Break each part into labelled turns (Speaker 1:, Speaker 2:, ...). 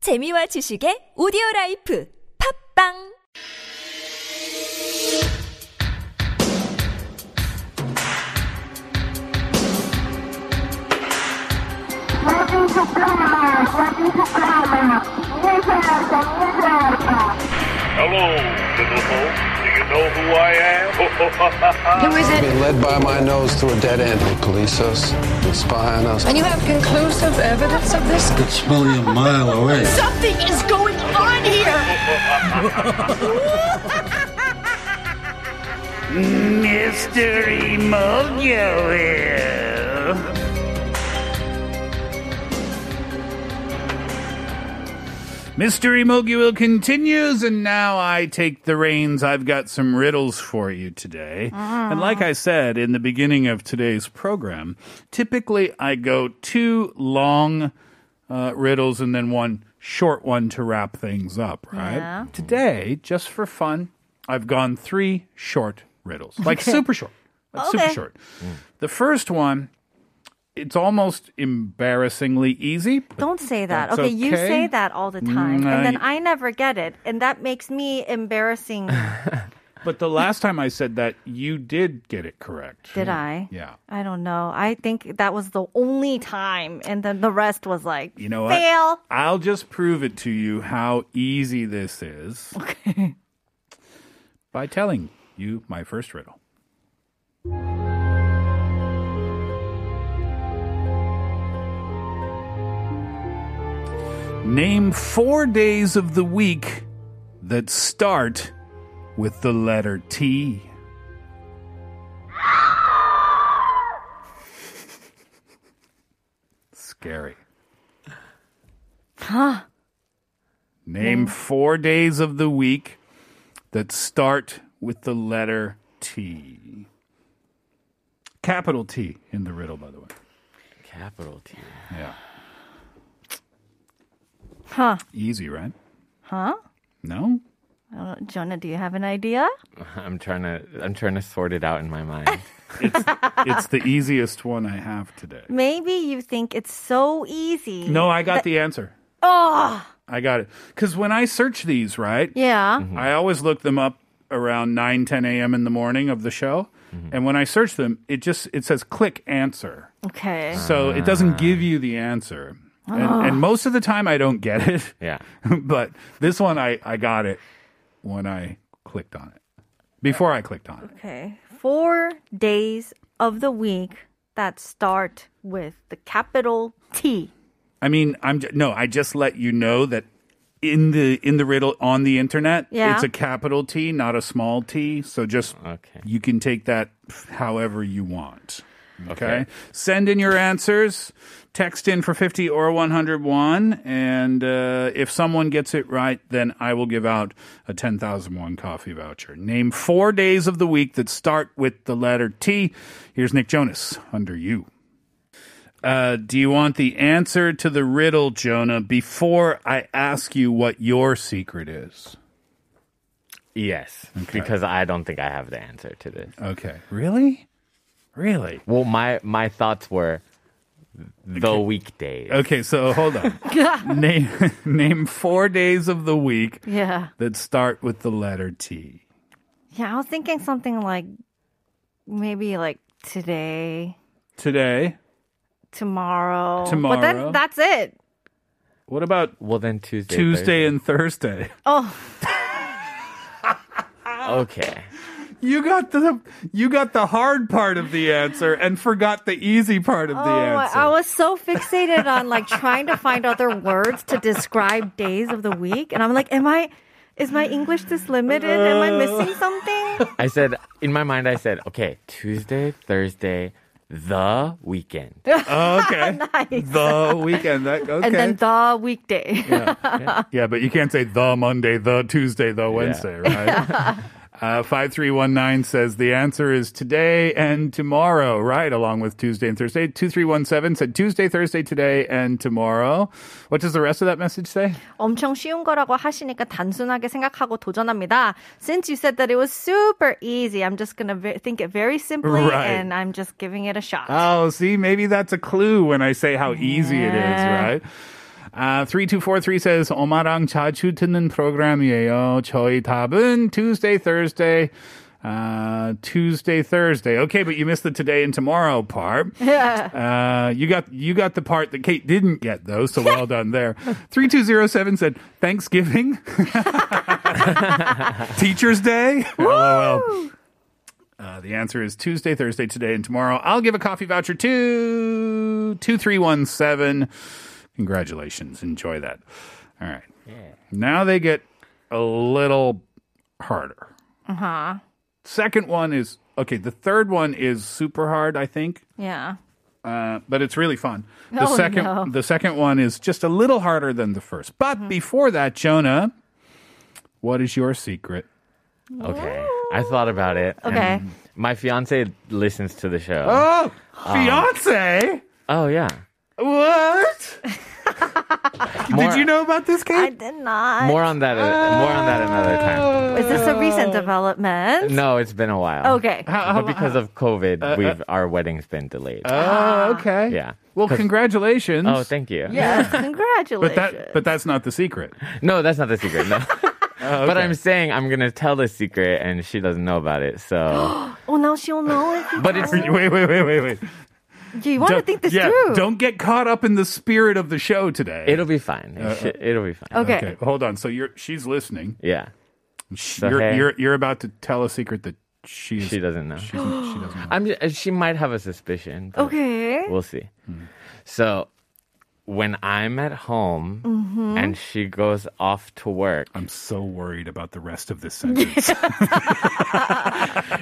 Speaker 1: 재미와 지식의 오디오 라이프 팝빵
Speaker 2: Hello, miserable. Do you know who I am?
Speaker 3: Who is it?
Speaker 4: Being led by my nose to a dead end. They police us, they spy on us.
Speaker 3: And you have conclusive evidence of this?
Speaker 5: could smell you a mile away.
Speaker 3: Something is going on here!
Speaker 6: Mr. Emojo here. Mr. Emoguil continues, and now I take the reins. I've got some riddles for you today. And like I said in the beginning of today's program, typically I go two long uh, riddles and then one short one to wrap things up, right? Today, just for fun, I've gone three short riddles, like super short. Like super short. The first one, it's almost embarrassingly easy.
Speaker 7: Don't say that.
Speaker 6: That's
Speaker 7: Okay, you
Speaker 6: okay.
Speaker 7: say that all the time.
Speaker 6: Mm,
Speaker 7: and then
Speaker 6: I-
Speaker 7: I never get it. And that makes me embarrassing.
Speaker 6: But the last time I said that, you did get it correct.
Speaker 7: Did I?
Speaker 6: Yeah.
Speaker 7: I don't know. I think that was the only time. And then the rest was like,
Speaker 6: You know what?
Speaker 7: fail.
Speaker 6: I'll just prove it to you how easy this is. Okay. By telling you my first riddle. Name four days of the week that start with the letter T. Scary. Name four days of the week that start with the letter T. Capital T in the riddle, by the way.
Speaker 8: Capital T.
Speaker 6: Yeah.
Speaker 7: Huh.
Speaker 6: Easy, right?
Speaker 7: Huh?
Speaker 6: No?
Speaker 7: I don't know. Jonah, do you have an idea?
Speaker 8: I'm trying to I'm trying to sort it out in my mind.
Speaker 6: It's the easiest one I have today.
Speaker 7: Maybe you think it's so easy.
Speaker 6: No, I got the answer.
Speaker 7: Oh,
Speaker 6: I got it. Because when I search these, right,
Speaker 7: yeah.
Speaker 8: Mm.
Speaker 6: I always look them up around 9, 10 a.m. in the morning of the show.
Speaker 8: Mm-hmm.
Speaker 6: And when I search them, it just it says click answer.
Speaker 7: Okay.
Speaker 6: So it doesn't give you the answer. And, and most of the time I don't get it.
Speaker 8: yeah.
Speaker 6: but this one I, I got it when I clicked on it. Before I clicked on it.
Speaker 7: Okay. Four days of the week that start with the capital T.
Speaker 6: I mean, I'm j- no, I just let you know that in the in the riddle on the internet,
Speaker 7: Yeah.
Speaker 6: it's a capital T, not a small T. So just
Speaker 8: Okay.
Speaker 6: you can take that however you want. Okay.
Speaker 8: Okay.
Speaker 6: Send in your answers. Text in for 50 or 101. And uh, if someone gets it right, then I will give out a 10,001 coffee voucher. Name four days of the week that start with the letter T. Here's Nick Jonas under you. Uh, do you want the answer to the riddle, Jonah, before I ask you what your secret is?
Speaker 8: Yes. Because I don't think I have the answer to this.
Speaker 6: Okay. Really? Really?
Speaker 8: Well, my my thoughts were the weekdays.
Speaker 6: Okay, so hold on. name name four days of the week
Speaker 7: Yeah.
Speaker 6: that start with the letter T.
Speaker 7: Yeah, I was thinking something like maybe like today,
Speaker 6: Today.
Speaker 7: tomorrow. But
Speaker 6: Tomorrow.
Speaker 7: then that's it.
Speaker 6: What about
Speaker 8: Well, then Tuesday.
Speaker 6: Tuesday and Thursday?
Speaker 7: Oh,
Speaker 8: Thursday. Okay.
Speaker 6: You got the you got the hard part of the answer and forgot the easy part of the
Speaker 7: oh I
Speaker 6: answer.
Speaker 7: I was so fixated on like trying to find other words to describe days of the week. And I'm like, am I, is my English this limited? Am I missing something?
Speaker 8: I said in my mind I said, okay, Tuesday, Thursday, the weekend.
Speaker 6: Oh, okay. The weekend. That, okay.
Speaker 7: And then the weekday.
Speaker 6: yeah, but you can't say the Monday, the Tuesday, the Wednesday, right? Uh, 5319 says the answer is today and tomorrow, right? Along with Tuesday and Thursday. 2317 said Tuesday, Thursday, today, and tomorrow. What does the rest of that message say?
Speaker 7: 엄청 쉬운 거라고 하시니까 단순하게 생각하고 도전합니다. Since you said that it was super easy, I'm just gonna ve- think it very simply
Speaker 6: Right.
Speaker 7: and I'm just giving it a shot.
Speaker 6: Oh, see, maybe that's a clue when I say how easy it is, right? 아, 3243 says, 엄마랑 자주 듣는 프로그램이에요. 저희 답은 Tuesday, Thursday. Uh, Tuesday, Thursday. Okay, but you missed the today and tomorrow part. Yeah. Uh, you got you got the part that Kate didn't get though, so well done there. Three two zero seven said Thanksgiving, Teachers Day. LOL. Uh, the answer is Tuesday, Thursday, today, and tomorrow. I'll give a coffee voucher to two three one seven. Congratulations. Enjoy that. All right. Now they get a little harder. Uh huh. Second one is okay. The third one is super hard, I think,
Speaker 3: Yeah.
Speaker 6: uh, but it's really fun. The
Speaker 3: Oh,
Speaker 6: second,
Speaker 3: no. Mm-hmm.
Speaker 6: the second one is just a little harder than the first. But before that, Jonah, what is your secret?
Speaker 7: Okay. I thought about it. and
Speaker 3: Okay.
Speaker 7: My fiance listens to the show.
Speaker 6: Oh, fiance.
Speaker 7: Oh yeah.
Speaker 6: What?
Speaker 7: More-
Speaker 6: Did you know about this,
Speaker 3: I
Speaker 6: Kate?
Speaker 3: did not.
Speaker 7: More on that. uh, more on that another time.
Speaker 3: Is this a recent
Speaker 6: Oh.
Speaker 3: development?
Speaker 7: No, it's been a while.
Speaker 3: Okay.
Speaker 7: But because of COVID, we've our wedding's been delayed.
Speaker 6: uh,
Speaker 3: uh,
Speaker 6: Oh, okay.
Speaker 7: Yeah.
Speaker 6: Well, congratulations.
Speaker 7: oh, thank you.
Speaker 3: Yes, congratulations.
Speaker 6: but that but that's not the secret.
Speaker 7: No, that's not the secret. No. Oh,
Speaker 6: Oh,
Speaker 7: But I'm saying I'm gonna tell the secret, and she doesn't know about it. So,
Speaker 3: oh, now she'll know it.
Speaker 7: but it's
Speaker 6: Wait, wait, wait, wait, wait.
Speaker 3: Do you want to think this
Speaker 6: yeah,
Speaker 3: through?
Speaker 6: Don't get caught up in the spirit of the show today.
Speaker 7: it'll be fine. It should- it'll be fine.
Speaker 3: Okay.
Speaker 6: Uh, okay, hold on. So you're she's listening.
Speaker 7: Yeah,
Speaker 6: Sh-
Speaker 7: So,
Speaker 6: you're,
Speaker 7: hey.
Speaker 6: you're you're about to tell a secret that she's,
Speaker 7: she doesn't know.
Speaker 6: she's- she doesn't. Know.
Speaker 7: I'm. ju- uh, She might have a suspicion. but
Speaker 3: Okay.
Speaker 7: We'll see.
Speaker 6: Mm-hmm.
Speaker 7: So, when I'm at home
Speaker 3: Mm-hmm.
Speaker 7: and she goes off to work,
Speaker 6: I'm so worried about the rest of this sentence.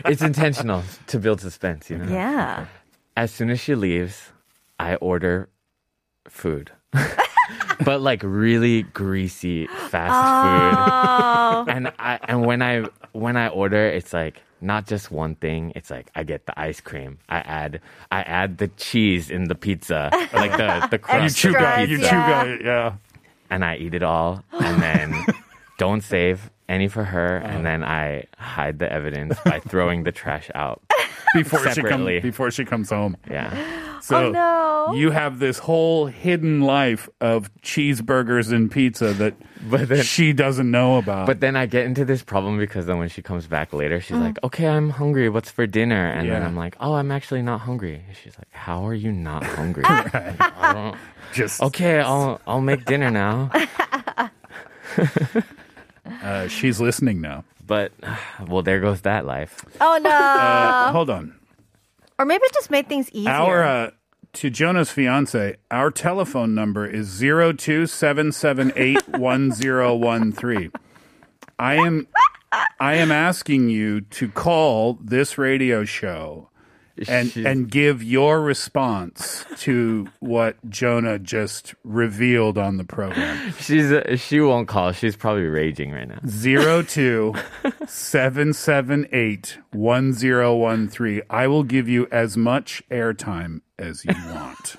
Speaker 7: it's intentional to build suspense. You know.
Speaker 3: Yeah.
Speaker 7: as soon as she leaves, I order food. but like really greasy fast food. and I and when I when I order, it's like not just one thing. It's like I get the ice cream. I add I add the cheese in the pizza, like the the
Speaker 6: you
Speaker 7: crust,
Speaker 6: chew
Speaker 7: of
Speaker 6: guy,
Speaker 3: Extras,
Speaker 7: the
Speaker 6: you
Speaker 7: pizza,
Speaker 6: chew
Speaker 3: yeah.
Speaker 6: guy, yeah.
Speaker 7: and I eat it all, and then don't save any for her, and then I hide the evidence by throwing the trash out.
Speaker 6: Before she
Speaker 7: Separately.
Speaker 6: comes before she comes home.
Speaker 7: Yeah.
Speaker 6: So
Speaker 3: Oh, no.
Speaker 6: you have this whole hidden life of cheeseburgers and pizza that
Speaker 7: But then
Speaker 6: she doesn't know about.
Speaker 7: But then I get into this problem because then when she comes back later, she's like,
Speaker 3: Mm-hmm.
Speaker 7: "Okay, I'm hungry. What's for dinner?" And then
Speaker 6: Yeah.
Speaker 7: I'm like, "Oh, I'm actually not hungry." And she's like, "How are you not hungry?" I don't-
Speaker 6: just
Speaker 7: okay, I'll I'll make dinner now.
Speaker 6: uh, she's listening now.
Speaker 7: But well, there goes that life.
Speaker 3: Oh no.
Speaker 6: Uh, hold on.
Speaker 3: or maybe it just made things easier.
Speaker 6: Our uh, to Jonah's fiance, our telephone number is zero two seven seven eight one zero one three. I am I am asking you to call this radio show and
Speaker 7: She's-
Speaker 6: and give your response to what Jonah just revealed on the program.
Speaker 7: She's uh, she won't call. She's probably raging right now.
Speaker 6: Zero two seven seven eight one zero one three. I will give you as much airtime as you want.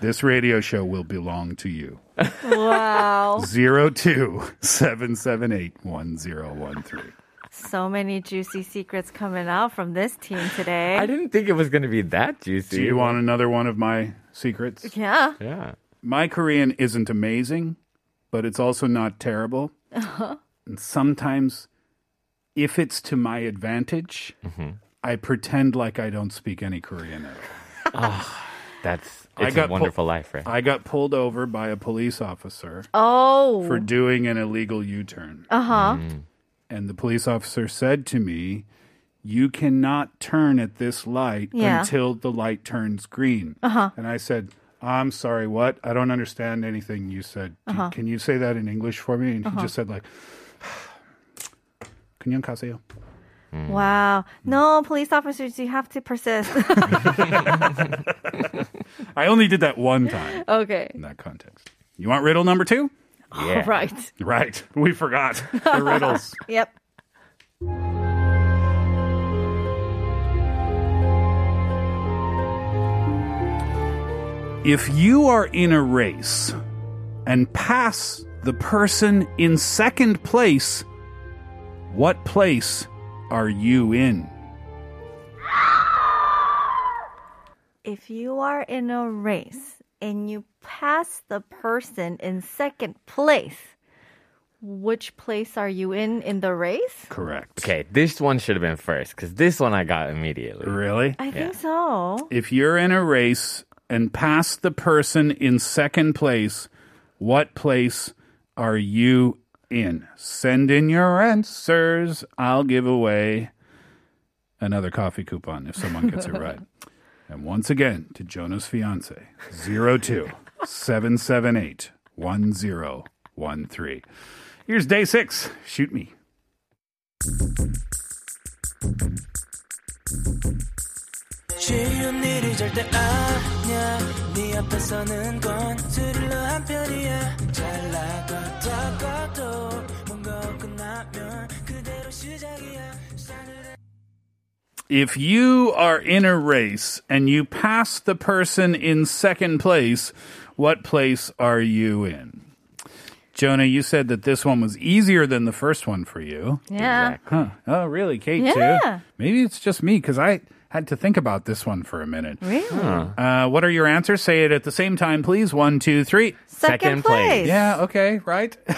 Speaker 6: this radio show will belong to you.
Speaker 3: wow.
Speaker 6: Zero two seven seven eight one zero one three.
Speaker 3: So many juicy secrets coming out from this team today.
Speaker 7: I didn't think it was gonna be that juicy.
Speaker 6: Do you want another one of my secrets?
Speaker 3: yeah.
Speaker 7: Yeah.
Speaker 6: my Korean isn't amazing, but it's also not terrible. And sometimes, if it's to my advantage, I pretend like I don't speak any Korean at all.
Speaker 7: That's
Speaker 6: I
Speaker 7: it's
Speaker 6: got
Speaker 7: a wonderful life, right?
Speaker 6: I got pulled over by a police officer
Speaker 3: Oh.
Speaker 6: for doing an illegal U turn.
Speaker 3: uh huh.
Speaker 6: And the police officer said to me, You cannot turn at this light
Speaker 3: Yeah.
Speaker 6: until the light turns green. Uh-huh. And I said, I'm sorry, what? I don't understand anything you said. Do- Can you say that in English for me? And he just said, like, 그냥 가세요.
Speaker 7: Mm.
Speaker 3: Wow. No, police officers, you have to persist.
Speaker 6: I only did that one time
Speaker 3: okay.
Speaker 6: in that context. You want riddle number two?
Speaker 7: yeah.
Speaker 3: Right.
Speaker 6: Right. We forgot the riddles.
Speaker 3: Yep.
Speaker 6: If you are in a race and pass the person in second place, what place are you in?
Speaker 3: If you are in a race and you pass the person in second place, which place are you in in the race?
Speaker 6: Correct.
Speaker 7: Okay, this one should have been first because this one I got immediately.
Speaker 6: Really?
Speaker 3: I think so.
Speaker 6: If you're in a race and pass the person in second place, what place are you in? Send in your answers. I'll give away another coffee coupon if someone gets it right. And once again, to Jonah's fiance, 02 778 1013. Here's day six. Shoot me.
Speaker 9: 쉬운 일이 절대 아니야 네 앞에서는 건 스릴러 한 편이야 잘 나갔다가도 뭔가 끝나면 그대로 시작이야
Speaker 6: if you are in a race and you pass the person in second place, what place are you in? Jonah, you said that this one was easier than the first one for you.
Speaker 3: Yeah.
Speaker 6: Huh. Oh, really? Kate,
Speaker 3: Yeah.
Speaker 6: too? Maybe it's just me because I had to think about this one for a minute.
Speaker 3: Really?
Speaker 6: Uh, what are your answers? Say it at the same time, please. One, two, three.
Speaker 3: Second,
Speaker 7: Second
Speaker 3: place.
Speaker 7: place.
Speaker 6: Yeah, okay, right?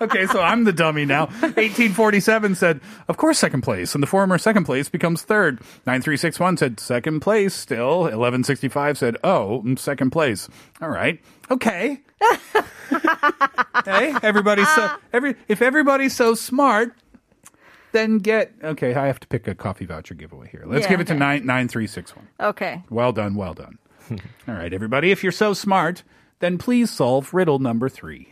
Speaker 6: okay, so I'm the dummy now. 1847 said, of course, second place, and the former second place becomes third. 9361 said, second place still. 1165 said, oh, mm, second place. All right, okay. hey, everybody's so,
Speaker 3: Uh,
Speaker 6: every, if everybody's so smart, then get, okay, I have to pick a coffee voucher giveaway here. Let's
Speaker 3: Yeah,
Speaker 6: give it to
Speaker 3: okay.
Speaker 6: nine nine three six one.
Speaker 3: Okay.
Speaker 6: Well done, well done. All right, everybody, if you're so smart, then please solve riddle number three.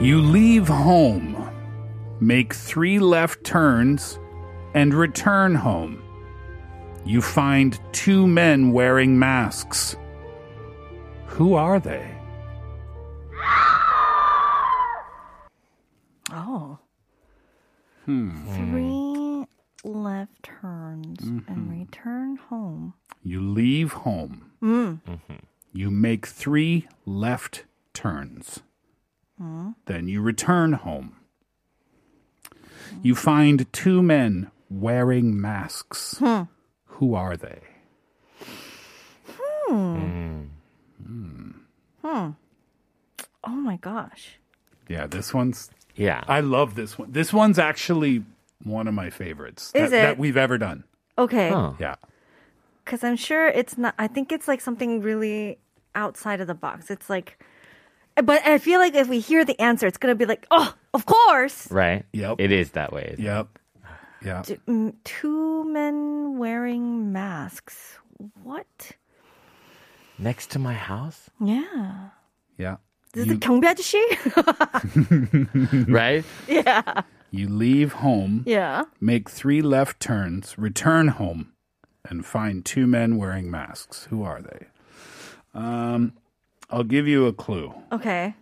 Speaker 6: You leave home, make three left turns, and return home. You find two men wearing masks. Who are they?
Speaker 3: Oh. Three left turns and return home.
Speaker 6: You leave home.
Speaker 3: Mm.
Speaker 6: You make three left turns.
Speaker 3: Mm.
Speaker 6: Then you return home. You find two men wearing masks.
Speaker 3: Hmm.
Speaker 6: Who are they?
Speaker 3: Hmm.
Speaker 6: Hmm.
Speaker 3: Oh my gosh.
Speaker 6: Yeah, this one's.
Speaker 7: Yeah.
Speaker 6: I love this one. This one's actually one of my favorites
Speaker 3: Is
Speaker 6: that, that
Speaker 3: it?
Speaker 6: we've ever done.
Speaker 3: Okay.
Speaker 7: Huh.
Speaker 6: Yeah.
Speaker 3: Because I'm sure it's not, I think it's like something really outside of the box. It's like, but I feel like if we hear the answer, it's going to be like, oh, of course.
Speaker 7: Right?
Speaker 6: Yep.
Speaker 7: It is that way. isn't it?
Speaker 6: Yep. Yeah.
Speaker 3: D- mm, Two men wearing masks. What?
Speaker 7: Next to my house?
Speaker 3: Yeah.
Speaker 6: Yeah.
Speaker 3: This
Speaker 6: You-
Speaker 3: is the 경비 아저씨?
Speaker 7: right?
Speaker 6: You leave home.
Speaker 3: yeah.
Speaker 6: make three left turns, return home, and find two men wearing masks. Who are they? Um, I'll give you a clue.
Speaker 3: Okay.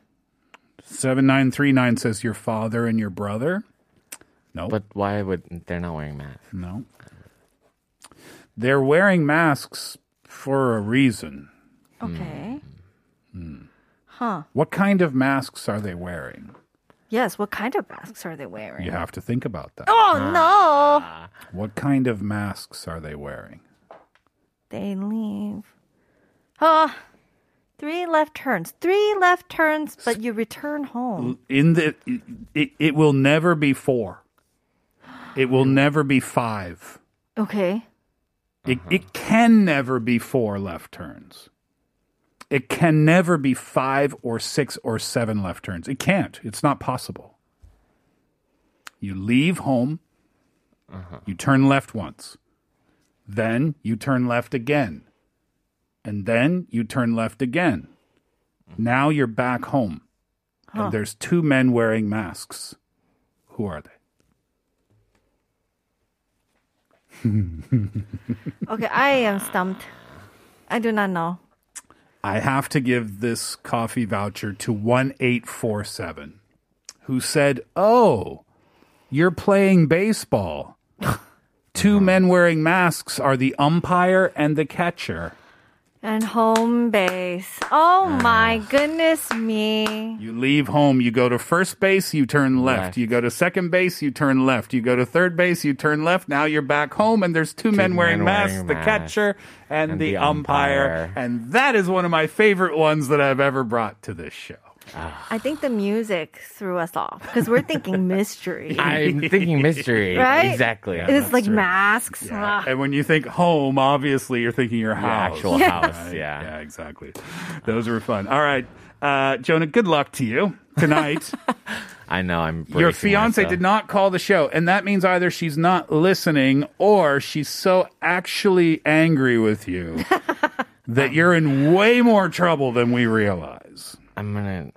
Speaker 6: 7939 says your father and your brother. No.
Speaker 7: But why would they're not wearing masks?
Speaker 6: no. They're wearing masks for a reason. Hmm.
Speaker 3: Okay.
Speaker 6: What kind of masks are they wearing?
Speaker 3: Yes. What kind of masks are they wearing?
Speaker 6: You have to think about that.
Speaker 3: Oh, no.
Speaker 7: Ah.
Speaker 6: What kind of masks are they wearing?
Speaker 3: They leave. Oh, three left turns. Three left turns, but you return home.
Speaker 6: in the it, it will never be four it will never be five
Speaker 3: Okay.
Speaker 6: it, it can never be four left turns it can never be five or six or seven left turns it can't it's not possible you leave home you turn left once then you turn left again and then you turn left again now you're back home and there's two men wearing masks. Who are they?
Speaker 3: Okay, I am stumped. I do not know.
Speaker 6: I have to give this coffee voucher to 1847, who said, Oh, you're playing baseball. Two men wearing masks are the umpire and the catcher. Ah.
Speaker 3: And home base. Oh my goodness me.
Speaker 6: You leave home, you go to first base, you turn left.
Speaker 7: Left.
Speaker 6: You go to second base, you turn left. You go to third base, you turn left. Now you're back home, and there's two, men
Speaker 7: men
Speaker 6: wearing
Speaker 7: wearing
Speaker 6: masks the
Speaker 7: masks.
Speaker 6: catcher and,
Speaker 7: And
Speaker 6: the,
Speaker 7: the
Speaker 6: umpire.
Speaker 7: umpire.
Speaker 6: And that is one of my favorite ones that I've ever brought to this show.
Speaker 3: I think the music threw us off because we're thinking mystery.
Speaker 7: I'm thinking mystery.
Speaker 3: Right?
Speaker 7: Exactly.
Speaker 3: And it's like masks.
Speaker 6: Yeah.
Speaker 3: Ugh.
Speaker 6: And when you think home, obviously you're thinking your
Speaker 7: Your
Speaker 6: house.
Speaker 7: Ah. actual house.
Speaker 6: Right?
Speaker 7: Yeah.
Speaker 6: Yeah, exactly. Those were fun. All right. Uh, Jonah, good luck to you tonight.
Speaker 7: I know. I'm.
Speaker 6: Your
Speaker 7: bracing
Speaker 6: fiance
Speaker 7: myself.
Speaker 6: did not call the show, and that means either she's not listening or she's so actually angry with you that you're in way more trouble than we realize.
Speaker 7: I'm gonna.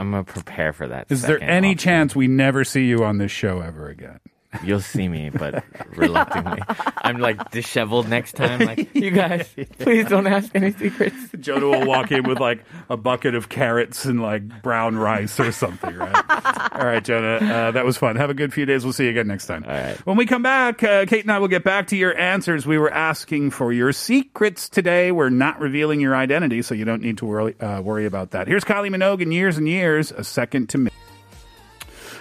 Speaker 7: I'm gonna prepare for that.
Speaker 6: Is there
Speaker 7: second
Speaker 6: any
Speaker 7: option.
Speaker 6: chance we never see you on this show ever again?
Speaker 7: You'll see me, but reluctantly. I'm like disheveled next time. Like, you guys, please don't ask any secrets.
Speaker 6: Jonah will walk in with like a bucket of carrots and like brown rice or something, right? All right, Jonah, uh, that was fun. Have a good few days. We'll see you again next time. All right. When we come back, uh, Kate and I will get back to your answers. We were asking for your secrets today. We're not revealing your identity, so you don't need to worry, uh, worry about that. Here's Kylie Minogue in years and years, a second to me.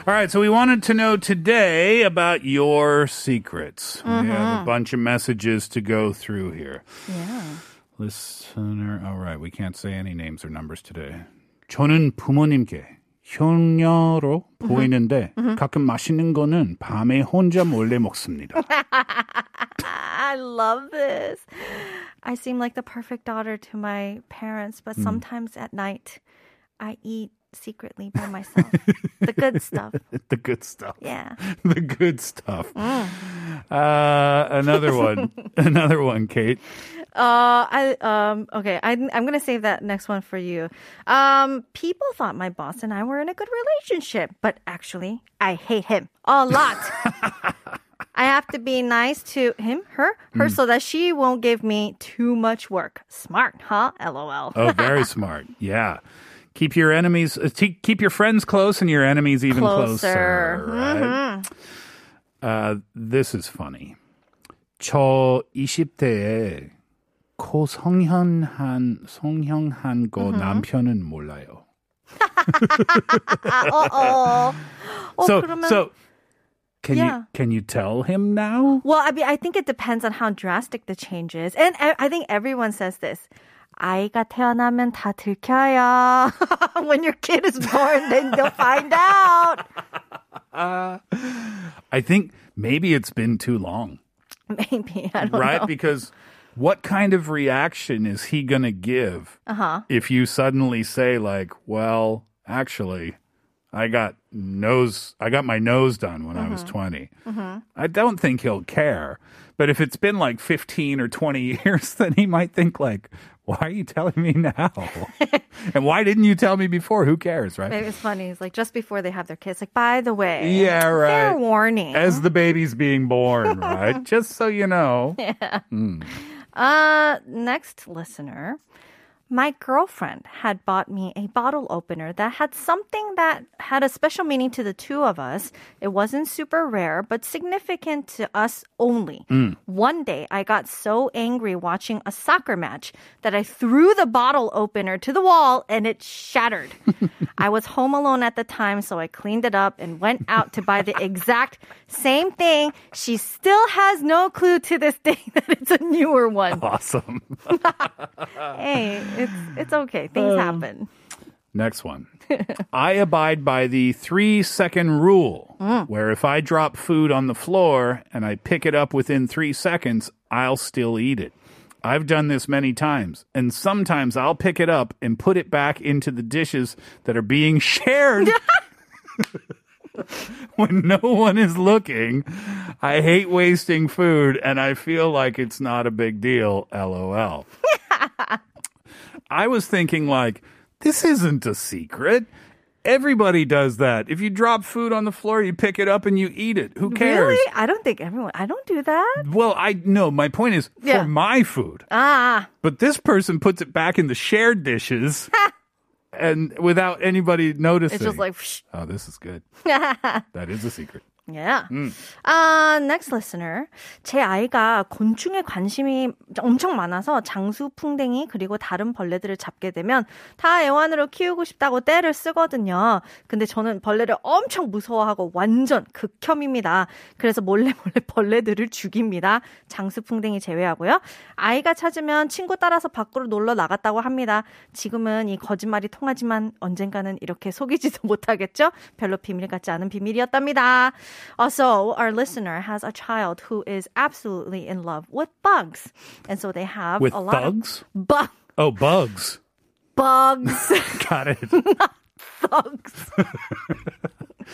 Speaker 6: All right, so we wanted to know today about your secrets. We have a bunch of messages to go through here. Listener, all right, we can't say any names or numbers today. 저는 부모님께 효녀로 보이는데 가끔 맛있는 거는 밤에 혼자 몰래 먹습니다.
Speaker 3: I love this. I seem like the perfect daughter to my parents, but sometimes at night I eat secretly by myself. the good stuff.
Speaker 6: the good stuff.
Speaker 3: Yeah.
Speaker 6: The good stuff. Uh, another one. another one, Kate.
Speaker 3: Uh, I um okay. I I'm gonna save that next one for you. Um, people thought my boss and I were in a good relationship, but actually, I hate him a lot. I have to be nice to him, her, her,
Speaker 7: Hmm.
Speaker 3: so that she won't give me too much work. Smart, huh? LOL.
Speaker 6: Oh, very smart. Yeah. Keep your enemies, uh, te- keep your friends close and your enemies even
Speaker 3: Closer.
Speaker 6: closer. right? Uh, this is funny. 저 20대에 코 성형한, 성형한 거 남편은 몰라요.
Speaker 3: Uh oh.
Speaker 6: so, so can
Speaker 3: Yeah.
Speaker 6: you can you tell him now?
Speaker 3: Well, I mean, I think it depends on how drastic the change is, and I, I think everyone says this. 아이가 태어나면 다 들켜요. when your kid is born, then they'll find out.
Speaker 6: I think maybe it's been too long.
Speaker 3: Maybe I don't
Speaker 6: right?
Speaker 3: know.
Speaker 6: Because what kind of reaction is he going to give
Speaker 3: Uh-huh.
Speaker 6: if you suddenly say like, "Well, actually, I got nose, I got my nose done when I was
Speaker 3: Mm-hmm.
Speaker 6: 20." I don't think he'll care. But if it's been like 15 or 20 years, then he might think like, "Why are you telling me now?" and why didn't you tell me before? Who cares, right?
Speaker 3: Maybe it's funny. It's like just before they have their kids. Like by the way,
Speaker 6: Yeah, right.
Speaker 3: Fair warning.
Speaker 6: As the baby's being born, right? Just so you know.
Speaker 3: Uh, next listener. My girlfriend had bought me a bottle opener that had something that had a special meaning to the two of us. It wasn't super rare, but significant to us only. One day, I got so angry watching a soccer match that I threw the bottle opener to the wall and it shattered. I was home alone at the time, so I cleaned it up and went out to buy the exact same thing. She still has no clue to this day that it's a newer one.
Speaker 6: Awesome.
Speaker 3: Hey, it's it's okay. Things
Speaker 6: Oh.
Speaker 3: happen.
Speaker 6: Next one. I abide by the three second rule, where if I drop food on the floor and I pick it up within three seconds, I'll still eat it. I've done this many times, and sometimes I'll pick it up and put it back into the dishes that are being shared when no one is looking. I hate wasting food, and I feel like it's not a big deal. LOL. I was thinking like, this isn't a secret. Everybody does that. If you drop food on the floor, you pick it up and you eat it. Who cares?
Speaker 3: Really? I don't think everyone. I don't do that.
Speaker 6: Well, I no, my point is
Speaker 3: Yeah.
Speaker 6: for my food.
Speaker 3: Ah,
Speaker 6: But this person puts it back in the shared dishes and without anybody noticing.
Speaker 3: it's just like. Psh.
Speaker 6: Oh, this is good. that is a secret.
Speaker 3: Yeah. 아, next listener. 제 아이가 곤충에 관심이 엄청 많아서 장수, 풍뎅이, 그리고 다른 벌레들을 잡게 되면 다 애완으로 키우고 싶다고 떼를 쓰거든요. 근데 저는 벌레를 엄청 무서워하고 완전 극혐입니다. 그래서 몰래 몰래 벌레들을 죽입니다. 장수, 풍뎅이 제외하고요. 아이가 찾으면 친구 따라서 밖으로 놀러 나갔다고 합니다. 지금은 이 거짓말이 통하지만 언젠가는 이렇게 속이지도 못하겠죠? 별로 비밀 같지 않은 비밀이었답니다. Also, our listener has a child who is absolutely in love with bugs. And so they have
Speaker 6: With
Speaker 3: a lot
Speaker 6: bugs?
Speaker 3: of bug,
Speaker 6: Oh, bugs.
Speaker 3: bugs,
Speaker 6: Got it.
Speaker 3: bugs.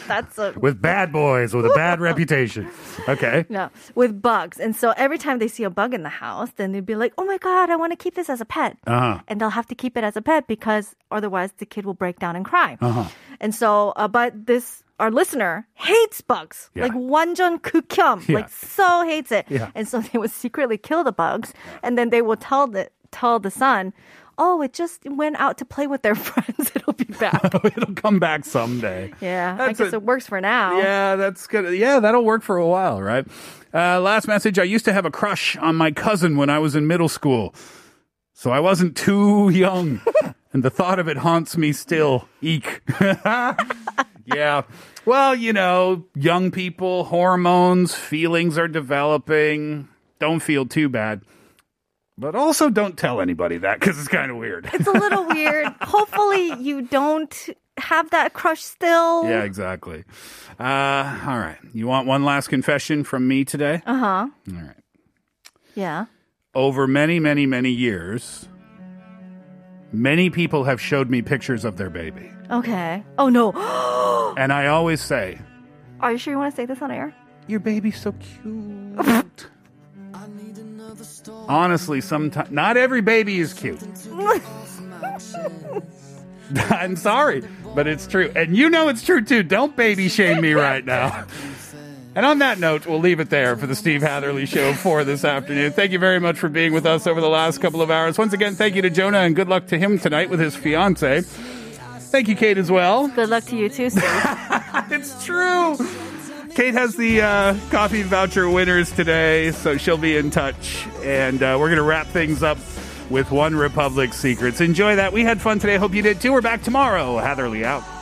Speaker 3: That's a
Speaker 6: with bad boys with a bad reputation. Okay.
Speaker 3: No, with bugs. And so every time they see a bug in the house, then they'd be like, oh my God, I want to keep this as a pet.
Speaker 6: Uh-huh.
Speaker 3: And they'll have to keep it as a pet because otherwise the kid will break down and cry.
Speaker 6: Uh-huh.
Speaker 3: And so, uh, but this, our listener hates bugs.
Speaker 6: Yeah.
Speaker 3: Like 완전 극혐.
Speaker 6: Yeah.
Speaker 3: Like so hates it.
Speaker 6: Yeah.
Speaker 3: And so they would secretly kill the bugs and then they will tell the, tell the son, oh, it just went out to play with their friends. It'll be back.
Speaker 6: It'll come back someday.
Speaker 3: yeah.
Speaker 6: That's
Speaker 3: I guess
Speaker 6: a-
Speaker 3: it works for now.
Speaker 6: Yeah, that's good. Yeah, that'll work for a while, right? Uh, last message. I used to have a crush on my cousin when I was in middle school, so I wasn't too young, and the thought of it haunts me still. Eek. yeah. Well, you know, young people, hormones, feelings are developing. Don't feel too bad. But also don't tell anybody that because it's kind of weird.
Speaker 3: It's a little weird. Hopefully, you don't have that crush still.
Speaker 6: Yeah, exactly. Uh, all right. You want one last confession from me today?
Speaker 3: Uh huh.
Speaker 6: All right.
Speaker 3: Yeah.
Speaker 6: Over many, many, many years, many people have showed me pictures of their baby.
Speaker 3: Okay. Oh no.
Speaker 6: And I always say,
Speaker 3: Are you sure you want to say this on air?
Speaker 6: Your baby's so cute. Honestly, sometimes not every baby is cute. I'm sorry, but it's true. And you know it's true too. Don't baby shame me right now. And on that note, we'll leave it there for the Steve Hatherley Show for this afternoon. Thank you very much for being with us over the last couple of hours. Once again, thank you to Jonah and good luck to him tonight with his fiance. Thank you, Kate, as well.
Speaker 3: Good luck to you too. Steve.
Speaker 6: It's true. Kate has the uh, coffee voucher winners today, so she'll be in touch. And uh, we're going to wrap things up with One Republic Secrets. Enjoy that. We had fun today. Hope you did too. We're back tomorrow. Hatherly out.